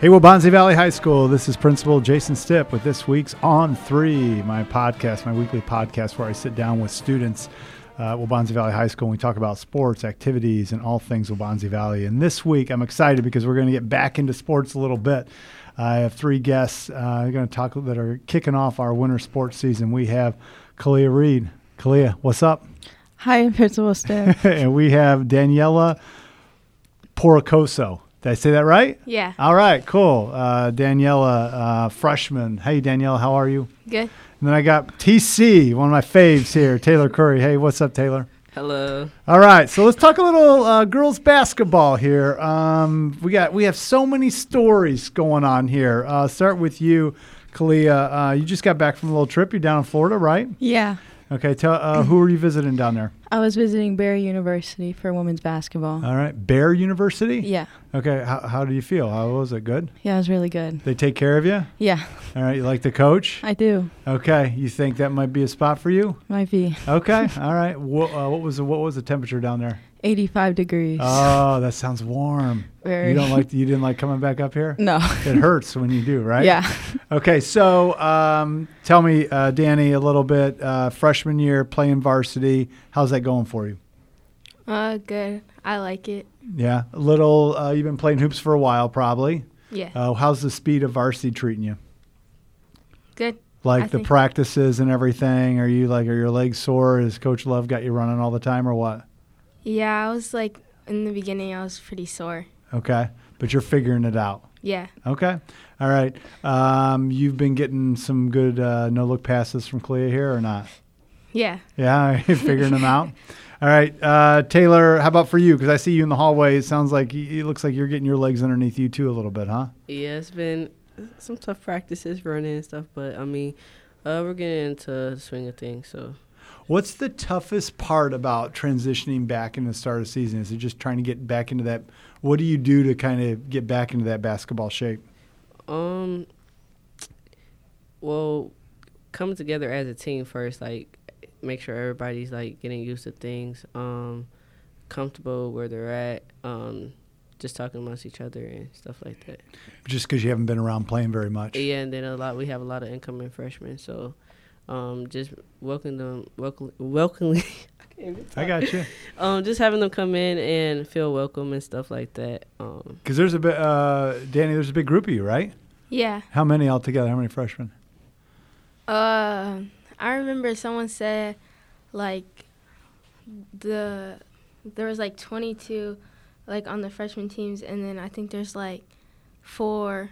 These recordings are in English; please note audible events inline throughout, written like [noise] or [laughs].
Hey, Wabansie Valley High School. This is Principal Jason Stipp with this week's On Three, my podcast, my weekly podcast where I sit down with students uh, at Wabansie Valley High School and we talk about sports, activities, and all things Wabansie Valley. And this week, I'm excited because we're going to get back into sports a little bit. I have three guests uh, going to talk that are kicking off our winter sports season. We have Kalia Reed. Kalia, what's up? Hi, I'm [laughs] Principal Stiff. and we have Daniela Porocoso. Did I say that right? Yeah. All right, cool. Uh, Daniela, uh, freshman. Hey, Daniela, how are you? Good. And then I got TC, one of my faves here, Taylor Curry. Hey, what's up, Taylor? Hello. All right, so let's talk a little uh, girls basketball here. Um, we got we have so many stories going on here. Uh, start with you, Kalia. Uh, you just got back from a little trip. You're down in Florida, right? yeah, Okay. Tell uh, who are you visiting down there? I was visiting Barry University for women's basketball. All right, Bear University. yeah, Okay. How, how do you feel? How was it? Good. yeah, it was really good. They take care of you. Yeah, All right. You like the coach? I do. Okay. You think that might be a spot for you? Might be Okay. All right. What, uh, what was the, what was the temperature down there? 85 degrees. Oh, that sounds warm. Very. You don't like you didn't like coming back up here? [laughs] no. It hurts when you do, right? [laughs] Yeah. Okay, so um, tell me, uh, Danny, a little bit. Uh, freshman year playing varsity, how's that going for you? Uh, good. I like it. Yeah, a little. Uh, you've been playing hoops for a while, probably. Yeah. Uh, how's the speed of varsity treating you? good. Like I the think- practices and everything. Are you like are your legs sore? Is Coach Love got you running all the time or what? Yeah, I was like in the beginning, I was pretty sore. Okay, but you're figuring it out. Yeah. Okay. All right. Um, you've been getting some good uh, no look passes from Clea here or not? Yeah. Yeah, [laughs] you're figuring them [laughs] out. All right, uh, Taylor. How about for you? Because I see you in the hallway. It sounds like y- it looks like you're getting your legs underneath you too a little bit, huh? Yeah, it's been some tough practices running and stuff, but I mean, uh, we're getting into the swing of things. So What's the toughest part about transitioning back into the start of the season? Is it just trying to get back into that? What do you do to kind of get back into that basketball shape? Um. Well, coming together as a team first, like make sure everybody's like getting used to things, um, comfortable where they're at, um, just talking amongst each other and stuff like that. Just because you haven't been around playing very much. Yeah, and then a lot we have a lot of incoming freshmen, so um, just welcoming them, welcome, [laughs] welcoming. I got you. Um, just having them come in and feel welcome and stuff like that. Um, Because there's a bit, uh, Danny. There's a big group of you, right? Yeah. How many altogether? How many freshmen? Uh, I remember someone said like the there was like 22 like on the freshman teams, and then I think there's like four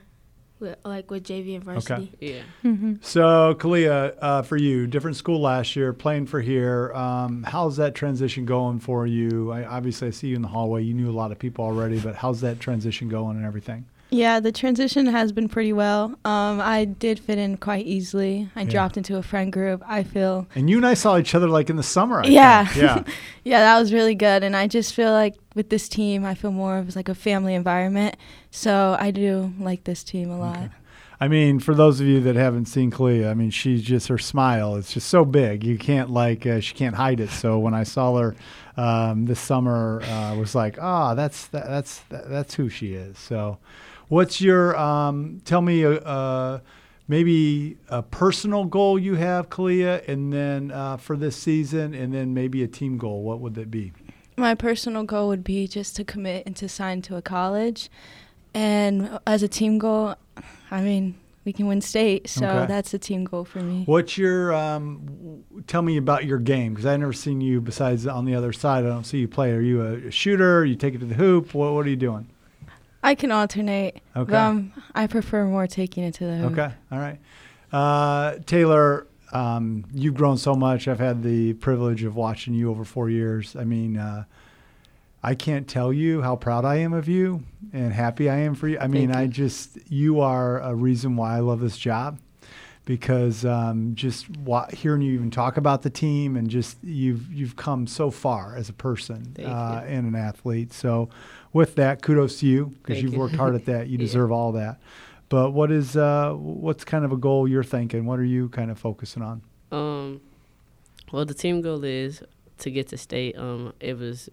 with, like with JV and varsity. yeah. hmm So, Kalia, uh, for you, different school last year, playing for here. Um, how's that transition going for you? I, obviously, I see you in the hallway. You knew a lot of people already, but how's that transition going and everything? Yeah, the transition has been pretty well. Um, I did fit in quite easily. I Yeah. dropped into a friend group. I feel And you and I saw each other like in the summer. I Yeah. think. yeah. Yeah, that was really good. And I just feel like with this team, I feel more of like a family environment. So I do like this team a lot. I mean, for those of you that haven't seen Kalia, I mean, she's just her smile. It's just so big. You can't like uh, she can't hide it. So when I saw her um, this summer, uh, was like, ah, that's that, that's that, that's who she is. So, what's your? Um, tell me, uh, uh, maybe a personal goal you have, Kalia, and then uh, for this season, and then maybe a team goal. What would that be? My personal goal would be just to commit and to sign to a college. And as a team goal, I mean, we can win state. So Okay. that's a team goal for me. What's your? Um, w- tell me about your game because I've never seen you besides on the other side. I don't see you play. Are you a shooter? You take it to the hoop. What What are you doing? I can alternate. Okay. But um, I prefer more taking it to the hoop. Okay. All right. Uh, Taylor, um, you've grown so much. I've had the privilege of watching you over four years. I mean, uh, I can't tell you how proud I am of you and happy I am for you. I mean, Thank I you. just, you are a reason why I love this job because um, just wa- hearing you even talk about the team and just you've, you've come so far as a person Thank uh, you. and an athlete. So, with that, kudos to you because Thank you've you. worked hard at that. You Yeah. deserve all that. But what is uh, what's kind of a goal you're thinking? What are you kind of focusing on? Um, well, the team goal is to get to state. Um, it was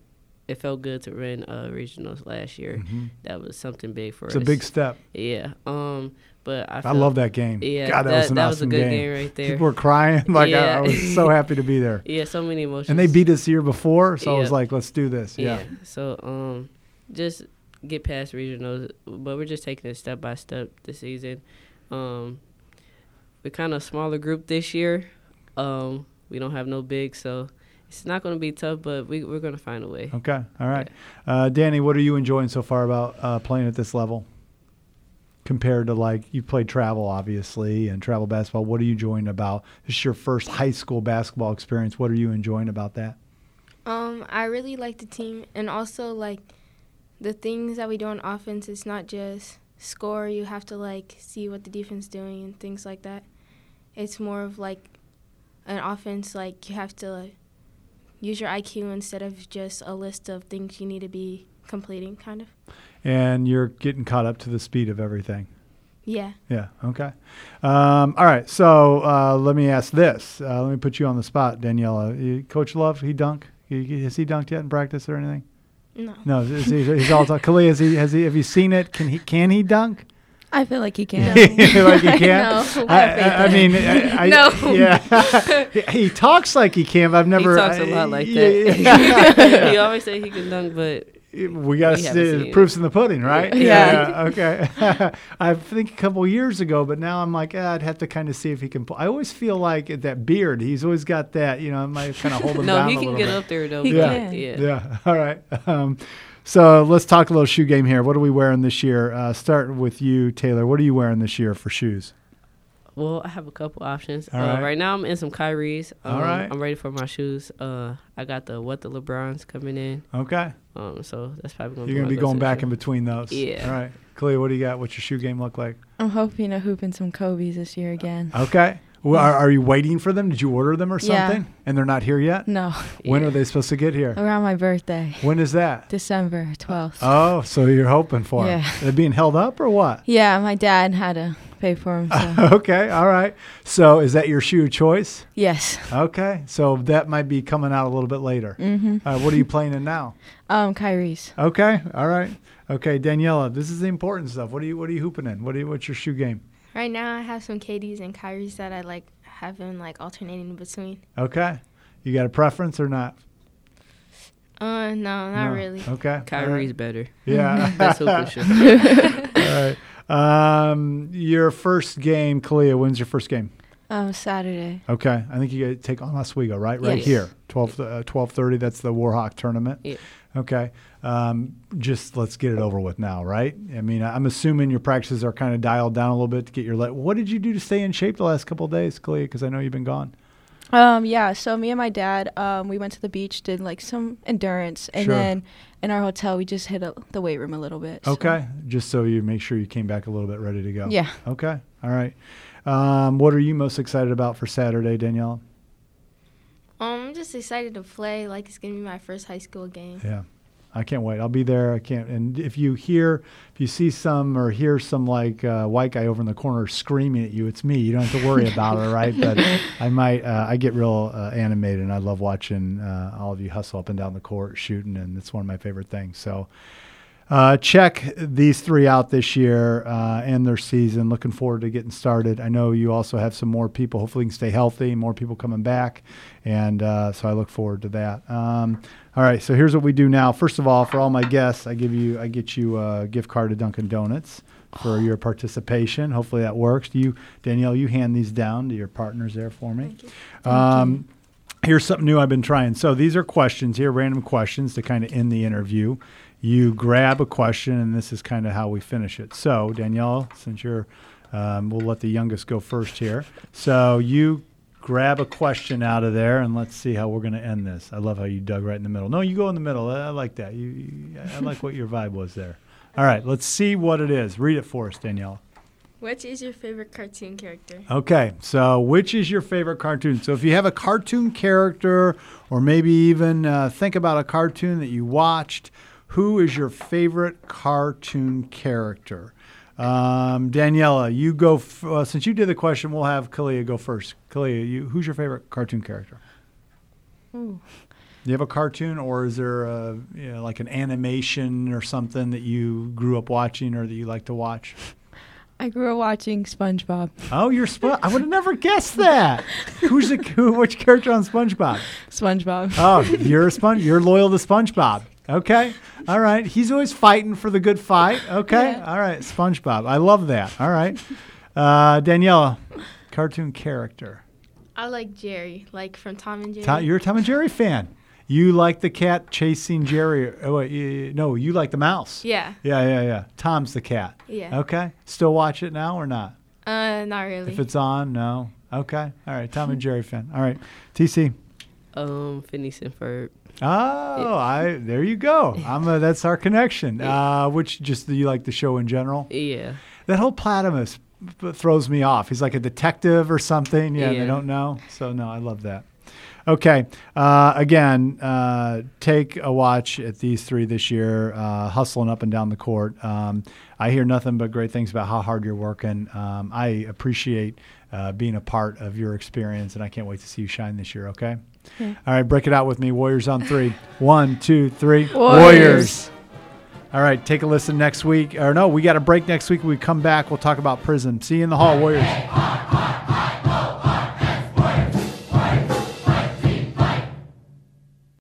it felt good to win uh, regionals last year. Mhm. That was something big for It's a us. big step. yeah. Um, but I, I felt- love that game. Yeah, God, that, was an awesome a good game, right there. People were crying. [laughs] Like I, I Yeah. was so happy to be [laughs] there. yeah, so many emotions. And they beat us the year before, so I was Yeah. like, let's do this. Yeah. Yeah. So um, just get past regionals, but we're just taking it step by step this season. Um, we're kind of a smaller group this year. Um, we don't have no big, so it's not going to be tough, but we we're going to find a way. Okay. All right. Uh, Danny, what are you enjoying so far about uh, playing at this level? Compared to like you played travel, obviously, and travel basketball. What are you enjoying about? This is your first high school basketball experience. What are you enjoying about that? Um, I really like the team, and also like the things that we do on offense. It's not just score. You have to like see what the defense doing and things like that. It's more of like an offense. Like you have to like, use your IQ instead of just a list of things you need to be completing. Kind of. And you're getting caught up to the speed of everything. Yeah. Yeah. Okay. Um, all right. So uh, let me ask this. Uh, let me put you on the spot, Daniela. You- Coach Love, he dunk? He, has he dunked yet in practice or anything? No. No. Is, is, he's all talk. Kalia, has he, has he? Have you seen it? Can he? Can he dunk? I feel like [laughs] he like can. [laughs] he can. No. I, I, I mean, I, I, No. Yeah. [laughs] He- he talks like he can. But I've never. he talks a a [laughs] lot like that. [laughs] he always say he can dunk, but we got to We haven't see seen it. proofs in the pudding, right? [laughs] Yeah. okay. [laughs] I think a couple years ago, but now I'm like, ah, I'd have to kind of see if he can. Pull. I always feel like at that beard. He's always got that. You know, I might kind of hold him [laughs] no, down he a can little get bit. up there though. He but, can. Yeah. Yeah. [laughs] All right. Um, so let's talk a little shoe game here. What are we wearing this year? Uh, start with you, Taylor. What are you wearing this year for shoes? Well, I have a couple options. All uh, right. right. now, I'm in some Kyrie's. Um, All right. I'm ready for my shoes. Uh, I got the what the LeBrons coming in. Okay. Um, so that's probably gonna. You're gonna my be going go-to back shoe. in between those. Yeah. All right. Clea, what do you got? What's your shoe game look like? I'm hoping to hoop in some Kobe's this year again. Okay. Well, are, are you waiting for them? Did you order them or Yeah. something? And they're not here yet? [laughs] No, When Yeah. are they supposed to get here? around my birthday, When is that? December 12th. Oh, so you're hoping for them. Yeah. They're being held up or what? [laughs] yeah, my dad had to pay for him. So. Okay, all right. So is that your shoe choice? yes. Okay, so that might be coming out a little bit later. Mm-hmm. Uh, what are you playing in now? Um, Kyrie's. Okay, all right. Okay, Daniela, this is the important stuff. What are you What are you hooping in? What are you, What's your shoe game? Right now, I have some KDs and Kyries that I like have been like alternating between. Okay, you got a preference or not? Uh, no, not No. really. Okay, all right. [laughs] Kyrie's better. Yeah, [laughs] That's hooping shoe. all right. Um, your first game, Kalia. When's your first game? Um, Saturday. Okay, I think you gotta take on Oswego, right? Right Yes. here, 12, uh, 12.30, that's the Warhawk tournament. Yeah. Okay, um, just let's get it over with now, right? I mean, I'm assuming your practices are kind of dialed down a little bit to get your leg. What did you do to stay in shape the last couple of days, Kalia? Because I know you've been gone. Um, yeah, so me and my dad, um, we went to the beach, did like some endurance, and Sure. then in our hotel, we just hit a, the weight room a little bit. so- Okay, just so you make sure you came back a little bit ready to go. Yeah. Okay, all right. Um, what are you most excited about for Saturday, Danielle? Um, I'm just excited to play. Like it's gonna be my first high school game. Yeah. I can't wait. I'll be there. I can't. And if you hear, if you see some or hear some like uh, white guy over in the corner screaming at you, it's me. You don't have to worry about it, right? But I might. Uh, I get real uh, animated, and I love watching uh, all of you hustle up and down the court shooting, and it's one of my favorite things. So. Uh, check these three out this year uh, and their season. Looking forward to getting started. I know you also have some more people. Hopefully, you can stay healthy. More people coming back, and uh, so I look forward to that. Um, all right, so here's what we do now. First of all, for all my guests, I give you, I get you a gift card to Dunkin' Donuts [gasps] for your participation. Hopefully, that works. Do you, Danielle, you hand these down to your partners there for me. Thank you. Um, here's something new I've been trying. So these are questions here, random questions to kind of end the interview. You grab a question, and this is kind of how we finish it. So Danielle, since you're, um, we'll let the youngest go first here. So you grab a question out of there, and let's see how we're going to end this. I love how you dug right in the middle. No, you go in the middle. I, I like that. You, you, I like what your vibe was there. All right, let's see what it is. Read it for us, Danielle. Which is your favorite cartoon character? Okay, so which is your favorite cartoon? So if you have a cartoon character, or maybe even uh, think about a cartoon that you watched, who is your favorite cartoon character? Um, Daniela, you go. F- uh, since you did the question, we'll have Kalia go first. Kalia, you, who's your favorite cartoon character? Do you have a cartoon, or is there a, you know, like an animation or something that you grew up watching or that you like to watch? I grew up watching SpongeBob. [laughs] Oh, you're Spon- I would have never guessed that. Who's the [laughs] who, which character on SpongeBob? SpongeBob. Oh, you're a sponge. You're loyal to SpongeBob. Okay. All right. He's always fighting for the good fight. Okay. Yeah. All right. SpongeBob. I love that. All right. Uh, Daniela, cartoon character. I like Jerry, like from Tom and Jerry. Tom, you're a Tom and Jerry fan. You like the cat chasing Jerry. Oh, wait, you- no, you like the mouse. yeah. Yeah, yeah, yeah. Tom's the cat. Yeah. Okay. Still watch it now or not? Uh, not really. Uh, If it's on, no. Okay. All right. Tom and Jerry fan. All right. TC. Um, Phineas and Ferb. Oh, I there you go. I'm a, that's our connection. Uh, which just do you like the show in general? Yeah. That whole Platypus b- throws me off. He's like a detective or something. Yeah, they Yeah. don't know. So no, I love that. Okay, uh, again, uh, take a watch at these three this year, uh, hustling up and down the court. Um, I hear nothing but great things about how hard you're working. Um, I appreciate uh, being a part of your experience, and I can't wait to see you shine this year. Okay. All right, break it out with me. Warriors on three. One, two, three. Warriors. All right, take a listen next week. Or no, we got a break next week. We come back. We'll talk about prison. See you in the hall, Warriors.